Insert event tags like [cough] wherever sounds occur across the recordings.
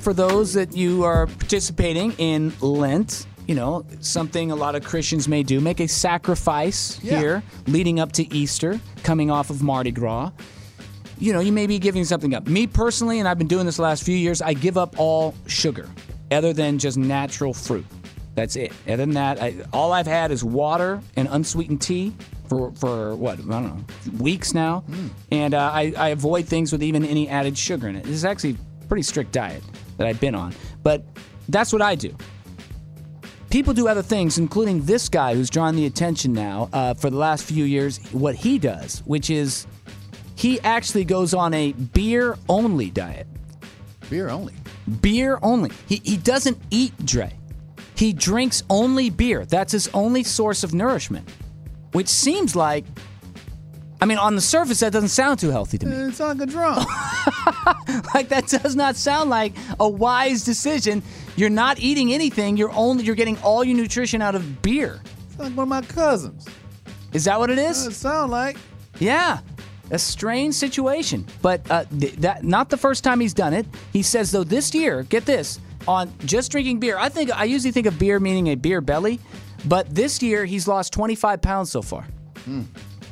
for those that you are participating in Lent, you know, something a lot of Christians may do, make a sacrifice Yeah. here leading up to Easter, coming off of Mardi Gras. You know, you may be giving something up. Me personally, and I've been doing this the last few years, I give up all sugar other than just natural fruit. That's it. Other than that, I, all I've had is water and unsweetened tea for, for what, I don't know, weeks now. And uh, I, I avoid things with even any added sugar in it. This is actually a pretty strict diet that I've been on. But that's what I do. People do other things, including this guy who's drawn the attention now uh, for the last few years. What he does, which is he actually goes on a beer only diet. Beer only. Beer only. He, he doesn't eat Dre. He drinks only beer. That's his only source of nourishment, which seems like, I mean, on the surface, that doesn't sound too healthy to me. [laughs] It's like a drum. Like that does not sound like a wise decision. You're not eating anything. You're only you're getting all your nutrition out of beer. it's like one of my cousins. Is that what it is? It sound like Yeah, a strange situation, but uh, th- that not the first time he's done it. He says though this year, get this, on just drinking beer. I think I usually think of beer meaning a beer belly, but this year he's lost 25 pounds so far.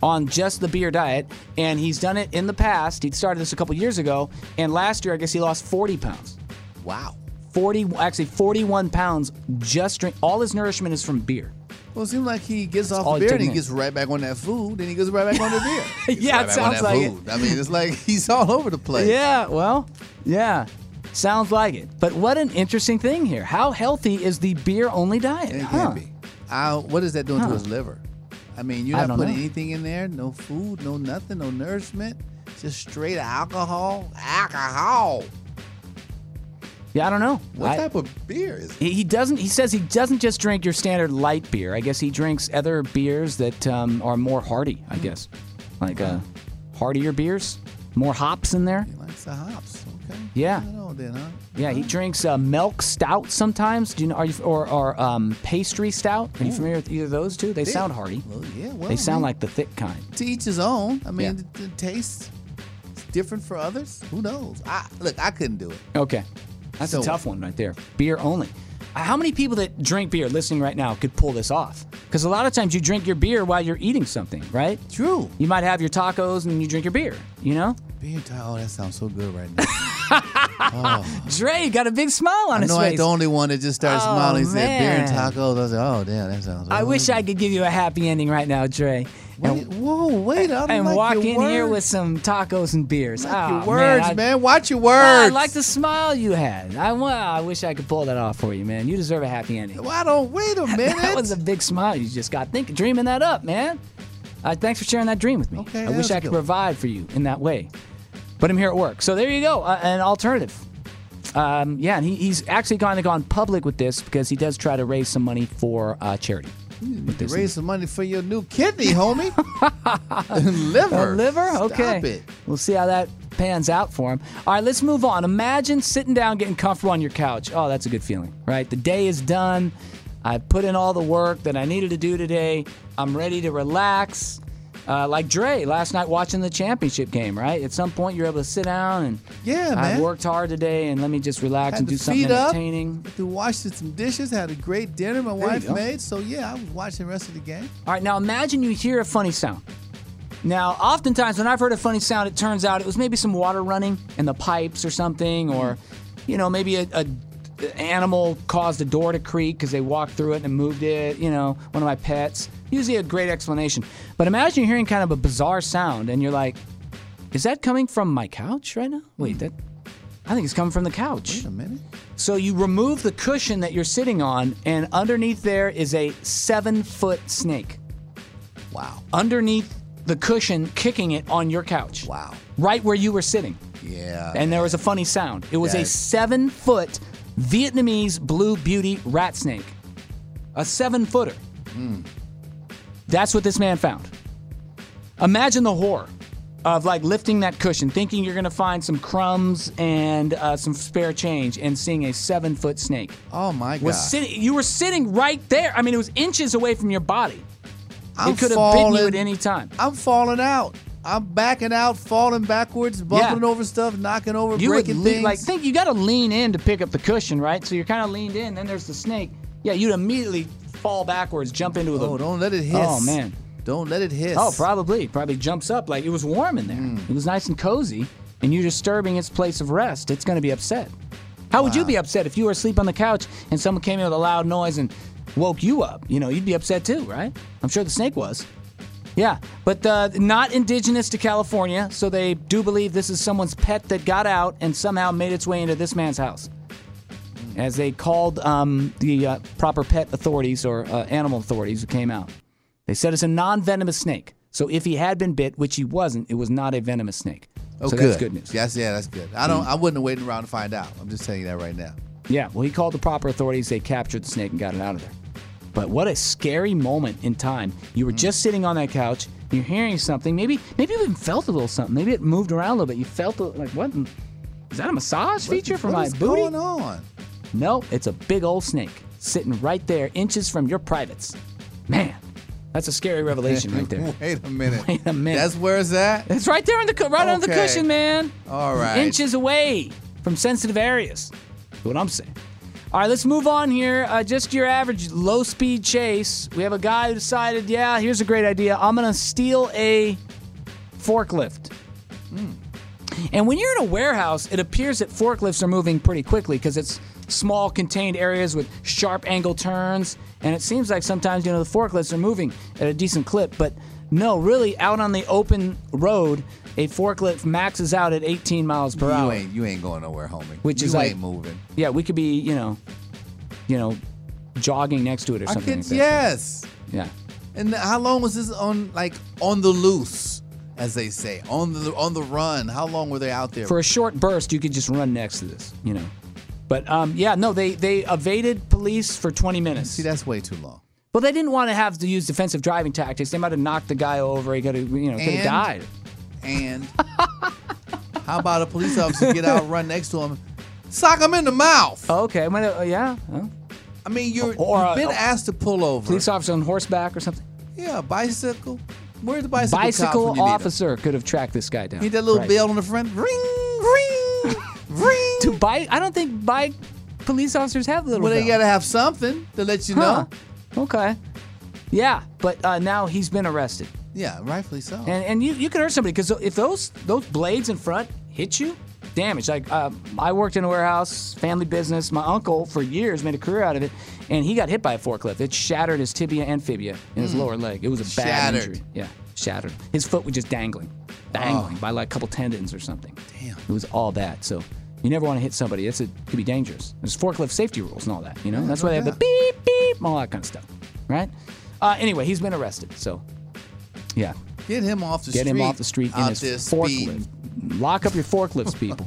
On just the beer diet, and he's done it in the past. He started this a couple years ago, and last year I guess he lost 40 pounds. wow. 40, actually 41 pounds just drink. All his nourishment is from beer. Well, it seems like he gets all off it the beer and took he me. gets right back on that food, then he goes right back on the [laughs] beer. He gets Yeah, right it back on sounds that like it. food. I mean, it's like [laughs] he's all over the place. Yeah, well, yeah. Sounds like it. But what an interesting thing here. How healthy is the beer only diet? It huh? can be. I, what is that doing Huh. to his liver? I mean, you're I not don't putting know. anything in there, no food, no nothing, no nourishment, just straight alcohol. Alcohol. Yeah, I don't know. What I- type of beer is it? he he doesn't he says he doesn't just drink your standard light beer. I guess he drinks other beers that um, are more hearty, Mm-hmm. I guess. Like uh heartier beers, more hops in there. He likes the hops. Okay. Yeah. I don't know then, huh? Yeah, he drinks uh, milk stout sometimes. Do you know are you or or um, pastry stout? Are you familiar with either of those two? They sound hearty. Mm. Well, yeah. Well, They sound I mean, like the thick kind. to each his own. I mean, Yeah. the, the taste is different for others. Who knows? I look, I couldn't do it. Okay. That's a So- tough one right there. Beer only. Uh, How many people that drink beer listening right now could pull this off? Because a lot of times you drink your beer while you're eating something, right? True. You might have your tacos and you drink your beer, you know? Being tired. Oh, that sounds so [laughs] good right now. Dre got a big smile on I his know I ain't face. the only one that just started smiling. He said beer and Oh, man. tacos. I was like, oh damn, that sounds. I wish I could give you a happy ending right now, Dre. Wait, whoa, wait! I don't And like walk your in here words. with some tacos and beers. Like Oh, your words, I- man, Watch your words. Ah, I like the smile you had. I, wa- I wish I could pull that off for you, man. You deserve a happy ending. Why don't wait a [laughs] minute? That was a big smile you just got. Think dreaming that up, man. Uh, thanks for sharing that dream with me. Okay, I that wish was I could good. provide for you in that way, but I'm here at work. So there you go, uh, an alternative. Um, yeah, and he, he's actually kind of gone public with this because he does try to raise some money for uh, charity. With this. Raise some money for your new [laughs] kidney, homie. [laughs] liver. A liver? Stop okay. it. We'll see how that pans out for him. All right, let's move on. Imagine sitting down, getting comfortable on your couch. Oh, that's a good feeling, right? The day is done. I put in all the work that I needed to do today. I'm ready to relax. Uh, like Dre last night watching the championship game, right? At some point, you're able to sit down and Yeah, I man. worked hard today, and let me just relax Had and to do something feed up. entertaining. Had to wash some dishes. Had a great dinner my wife go. made. So yeah, I was watching the rest of the game. All right, now imagine you hear a funny sound. Now, oftentimes when I've heard a funny sound, it turns out it was maybe some water running in the pipes or something, or, you know, maybe a, a a animal caused a door to creak because they walked through it and moved it, you know, one of my pets. Usually a great explanation. But imagine you're hearing kind of a bizarre sound and you're like, is that coming from my couch right now? Wait, that. I think it's coming from the couch. Wait a minute. So you remove the cushion that you're sitting on, and underneath there is a seven foot snake Wow. underneath the cushion, kicking it on your couch. Wow. Right where you were sitting. Yeah. And there was a funny sound. It was a That- seven foot Vietnamese blue beauty rat snake. A seven footer. Hmm. That's what this man found. Imagine the horror of like lifting that cushion, thinking you're gonna find some crumbs and uh, some spare change, and seeing a seven foot snake oh my God. was sitting. You were sitting right there. I mean, it was inches away from your body. I'm it could have bitten you falling- at any time. I'm falling out. I'm backing out, falling backwards, bumping over stuff, knocking over, You would breaking le- things. like think you got to lean in to pick up the cushion, right? So you're kind of leaned in. Then there's the snake. Yeah, you'd immediately fall backwards, jump into the. oh, don't let it hiss. Oh, man. Don't let it hiss. Oh, probably. Probably jumps up. Like it was warm in there. Mm. It was nice and cozy, and you're disturbing its place of rest. It's going to be upset. How would you be upset if you were asleep on the couch and someone came in with a loud noise and woke you up? You know, you'd be upset too, right? I'm sure the snake was. Yeah, but uh, not indigenous to California, so they do believe this is someone's pet that got out and somehow made its way into this man's house. As they called um, the uh, proper pet authorities or uh, animal authorities who came out. They said it's a non venomous snake. So if he had been bit, which he wasn't, it was not a venomous snake. Oh, so good. that's good news. Mm. Yes, yeah, that's good. I don't. I wouldn't have waited around to find out. I'm just telling you that right now. Yeah, well, he called the proper authorities. They captured the snake and got it out of there. But what a scary moment in time. You Mm. were just sitting on that couch. You're hearing something. Maybe, maybe you even felt a little something. Maybe it moved around a little bit. You felt a, like, what? in- Is that a massage feature for What my is booty? going on? No, it's a big old snake sitting right there, inches from your privates. Man, that's a scary revelation right [laughs] there. Wait a minute. [laughs] Wait a minute. That's where it's at. It's right there on the cu- right under the Okay. cushion, man. All right. Inches away from sensitive areas. That's what I'm saying. All right, let's move on here. Uh, just your average low speed chase. We have a guy who decided, yeah, here's a great idea. I'm going to steal a forklift. Hmm. And when you're in a warehouse, it appears that forklifts are moving pretty quickly because it's small contained areas with sharp angle turns. And it seems like sometimes, you know, the forklifts are moving at a decent clip. But no, really, out on the open road, a forklift maxes out at 18 miles per You hour. ain't. You ain't going nowhere, homie. Which you is like- ain't moving. Yeah, we could be, you know, you know, jogging next to it or I something. like could. that. Yes. Yeah. And how long was this on? Like on the loose, as they say, on the on the run. How long were they out there? for a short burst you could just run next to this you know but um, yeah no they they evaded police for 20 minutes See, that's way too long. well they didn't want to have to use defensive driving tactics they might have knocked the guy over he could have you know could have And- died And [laughs] how about a police officer get out, run next to him, sock him in the mouth? okay I'm gonna- uh, yeah huh? I mean, you're Uh, Or you've a- been asked to pull over. police officer on horseback or something Yeah, bicycle. Where's the bicycle? cops when bicycle you need 'em? officer could have tracked this guy down Need that little Right. bell on the front. Ring, [laughs] ring, ring. do bike i don't think bike police officers have little Well, they bells. gotta have something to let you know. Huh. okay yeah but uh, now he's been arrested Yeah, rightfully so. And and you, you can hurt somebody because if those those blades in front hit you, damage. Like uh, I worked in a warehouse, family business. My uncle for years made a career out of it, and he got hit by a forklift. It shattered his tibia and fibia in his lower leg. It was a bad Hmm. Shattered. injury. Yeah, shattered. His foot was just dangling, dangling by like a couple tendons or something. Oh. Damn. It was all bad. So. You never want to hit somebody. It's it could be dangerous. There's forklift safety rules and all that. You know that's why they have the beep beep, and all that kind of stuff, right? Uh, anyway, he's been arrested. So, yeah, get him off the Get street. him off the street in out his there forklift. Lock up your forklifts, people.